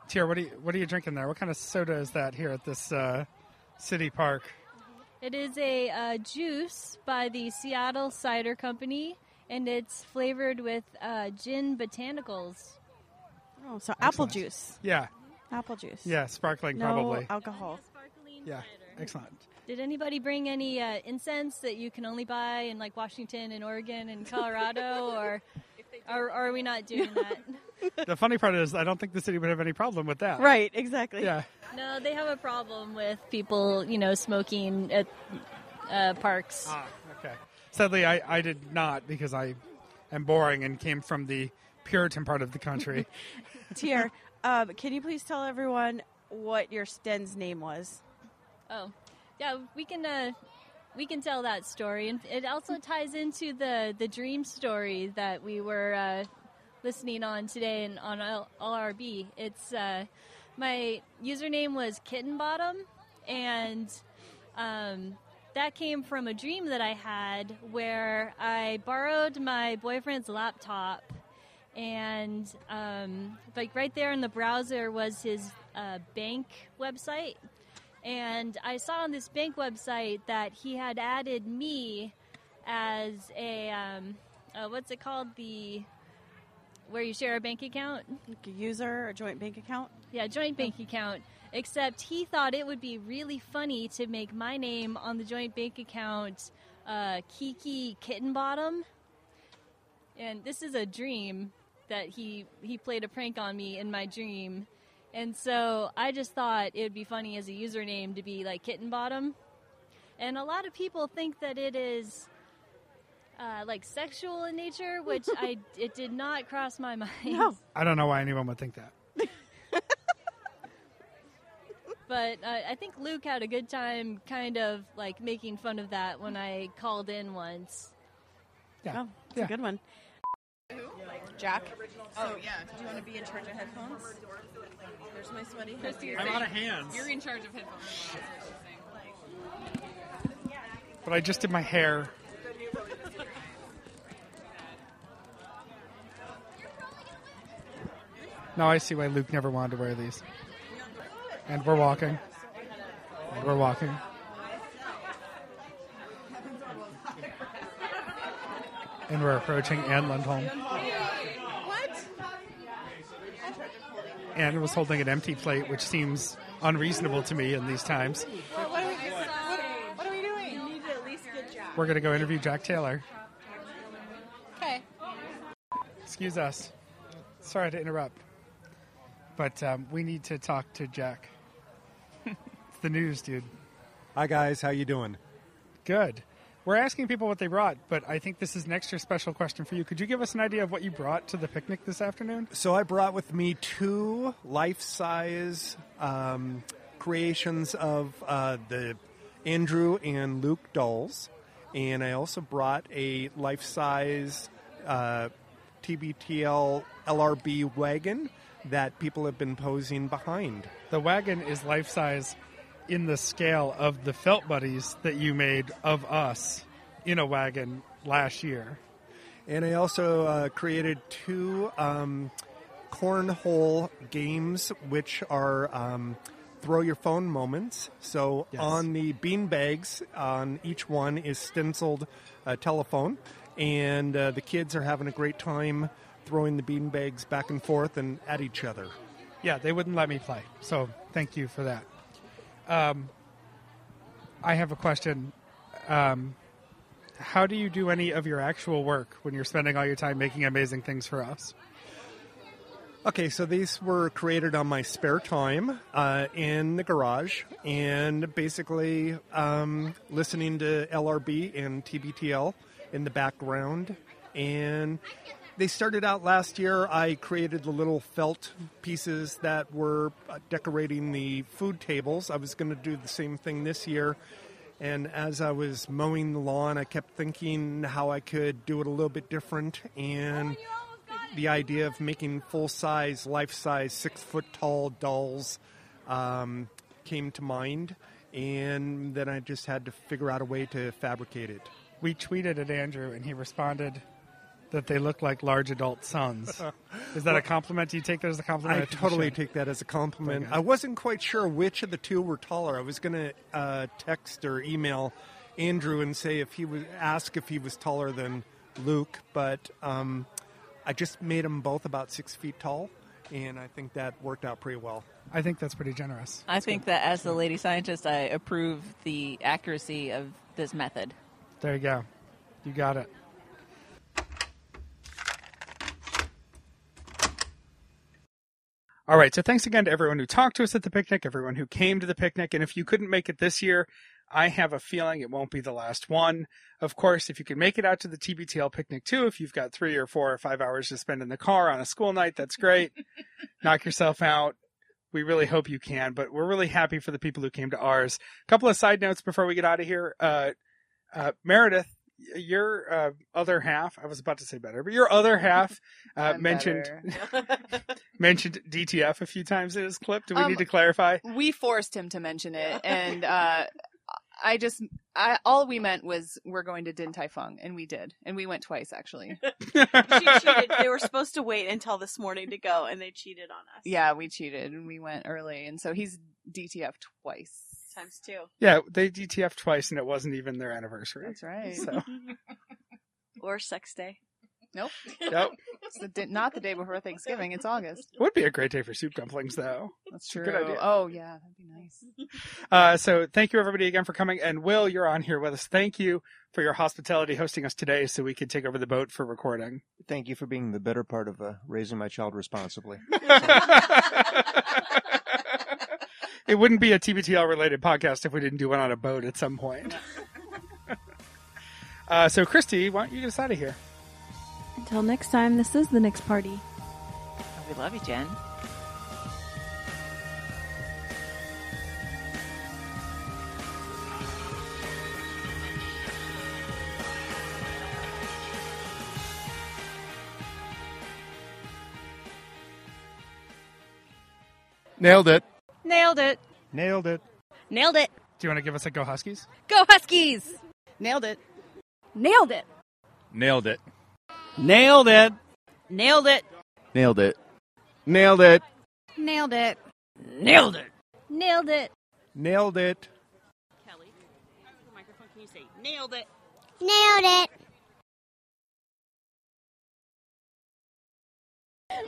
Tier, what are you what are you drinking there? What kind of soda is that here at this uh, city park?
It is a uh, juice by the Seattle Cider Company, and it's flavored with uh, gin botanicals.
Oh, so apple juice.
Yeah,
Apple juice.
yeah, sparkling probably.
alcohol.
Yeah, excellent.
Did anybody bring any uh, incense that you can only buy in like Washington and Oregon and Colorado,
[LAUGHS]
or are, are we not doing that?
the funny part is, I don't think the city would have any problem with that.
Exactly.
Yeah.
No, they have a problem with people, you know, smoking at uh, parks.
Okay. Sadly, I, I did not because I am boring and came from the Puritan part of the country.
Tier, um, can you please tell everyone what your Sten's name was?
Oh, yeah, we can uh, we can tell that story, and it also ties into the the dream story that we were uh, listening on today and on L- LRB. It's uh, my username was Kitten Bottom, and um, that came from a dream that I had where I borrowed my boyfriend's laptop and um, like right there in the browser was his uh, bank website and i saw on this bank website that he had added me as a um, uh, what's it called the where you share a bank account
Like a user or joint bank account?
yeah joint bank account except he thought it would be really funny to make my name on the joint bank account uh, kiki kitten bottom and this is a dream that he he played a prank on me in my dream and so i just thought it would be funny as a username to be like kitten bottom and a lot of people think that it is uh, like sexual in nature
[LAUGHS]
which i it did not cross my mind
I don't know why anyone would think that.
[LAUGHS] but uh, I think Luke had a good time, kind of like making fun of that when I called in once.
Yeah. Oh, it's a good one.
Jack.
Oh, yeah.
Do you want to be in charge of headphones? There's my sweaty head.
Christy, you're
I'm
saying-
out of hands.
You're in charge of headphones. That's what she's saying.
But I just did my hair. Now I see why Luke never wanted to wear these. And we're walking. And we're walking. And we're approaching Anne Lindholm.
What?
Anne was holding an empty plate, which seems unreasonable to me in these times.
What, what, are we, what, what are we doing? You need to at least get Jack.
We're going to go interview Jack Taylor.
Okay.
Excuse us. Sorry to interrupt. But um, we need to talk to Jack. it's the news, dude.
Hi guys, how you doing?
Good. We're asking people what they brought, but I think this is an extra special question for you. Could you give us an idea of what you brought to the picnic this afternoon?
So I brought with me two life-size um, creations of uh, the Andrew and Luke dolls, and I also brought a life-size uh, TBTL LRB wagon that people have been posing behind.
The wagon is life size in the scale of the felt buddies that you made of us in a wagon last year.
And I also uh, created two um, cornhole games, which are um, throw your phone moments. So on the bean bags, on each one is stenciled a telephone, and uh, the kids are having a great time throwing the bean bags back and forth and at each other.
Yeah, they wouldn't let me play. So thank you for that. Um, I have a question. Um, how do you do any of your actual work when you're spending all your time making amazing things for us?
Okay, so these were created on my spare time uh, in the garage and basically um, listening to LRB and TBTL in the background. And they started out last year. I created the little felt pieces that were uh, decorating the food tables. I was going to do the same thing this year. And as I was mowing the lawn, I kept thinking how I could do it a little bit different. And the idea of making full size, life size, six foot tall dolls um, came to mind. And then I just had to figure out a way to fabricate it.
We tweeted at Andrew and he responded that they look like large adult sons. Is that a compliment? Do you take that as a compliment?
I
think you
totally
should.
take that as a compliment.
Okay.
I wasn't quite sure which of the two were taller. I was going to uh, text or email Andrew and say if he was ask if he was taller than Luke, but um, I just made them both about six feet tall, and I think that worked out pretty well.
I think that's pretty generous.
I think that as the lady scientist, I approve the accuracy of this method.
There you go. You got it. All right. So thanks again to everyone who talked to us at the picnic, everyone who came to the picnic. And if you couldn't make it this year, I have a feeling it won't be the last one. Of course, if you can make it out to the TBTL picnic too, if you've got three or four or five hours to spend in the car on a school night, that's great. Knock yourself out. We really hope you can, but we're really happy for the people who came to ours. A couple of side notes before we get out of here. Uh, uh, Meredith, y- your uh, other half, I was about to say better, but your other half uh, mentioned [LAUGHS] mentioned DTF a few times in his clip. Do we
Um,
need to clarify?
We forced him to mention it, and uh, I just, I, all we meant was we're going to Din Tai Fung, and we did, and we went twice
[LAUGHS]
actually.
She [LAUGHS] cheated. They were supposed to wait until this morning to go, and they cheated on us.
yeah, we cheated, and we went early, and so he's DTF twice.
Times two.
Yeah, they DTF twice, and it wasn't even their anniversary.
That's right.
So
[LAUGHS] or sex day.
Nope.
Nope.
It's the di- not the day before Thanksgiving. It's August.
it would be a great day for soup dumplings, though.
That's
It's a
true.
good idea.
Oh yeah, that'd be nice.
Uh, so thank you everybody again for coming. And Will, you're on here with us. Thank you for your hospitality hosting us today, so we could take over the boat for recording.
Thank you for being the better part of uh, raising my child responsibly.
[LAUGHS] It wouldn't be a TBTL related podcast if we didn't do one on a boat at some [LAUGHS] point. uh, so Christy, why don't you get us out of here?
Until next time, this is the next party.
We love you, Jen.
Nailed it.
Nailed it.
Nailed it.
Nailed it.
Do you want to give us a go Huskies?
Go Huskies. Nailed it. Nailed it.
Nailed it.
Nailed it.
Nailed it.
Nailed it.
Nailed it.
Nailed it.
Nailed it.
Nailed it.
Nailed it.
Microphone, can you say nailed it?
Nailed it.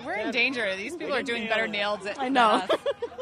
We're in danger. These people are doing better nails.
[LAUGHS] I know.
[LAUGHS]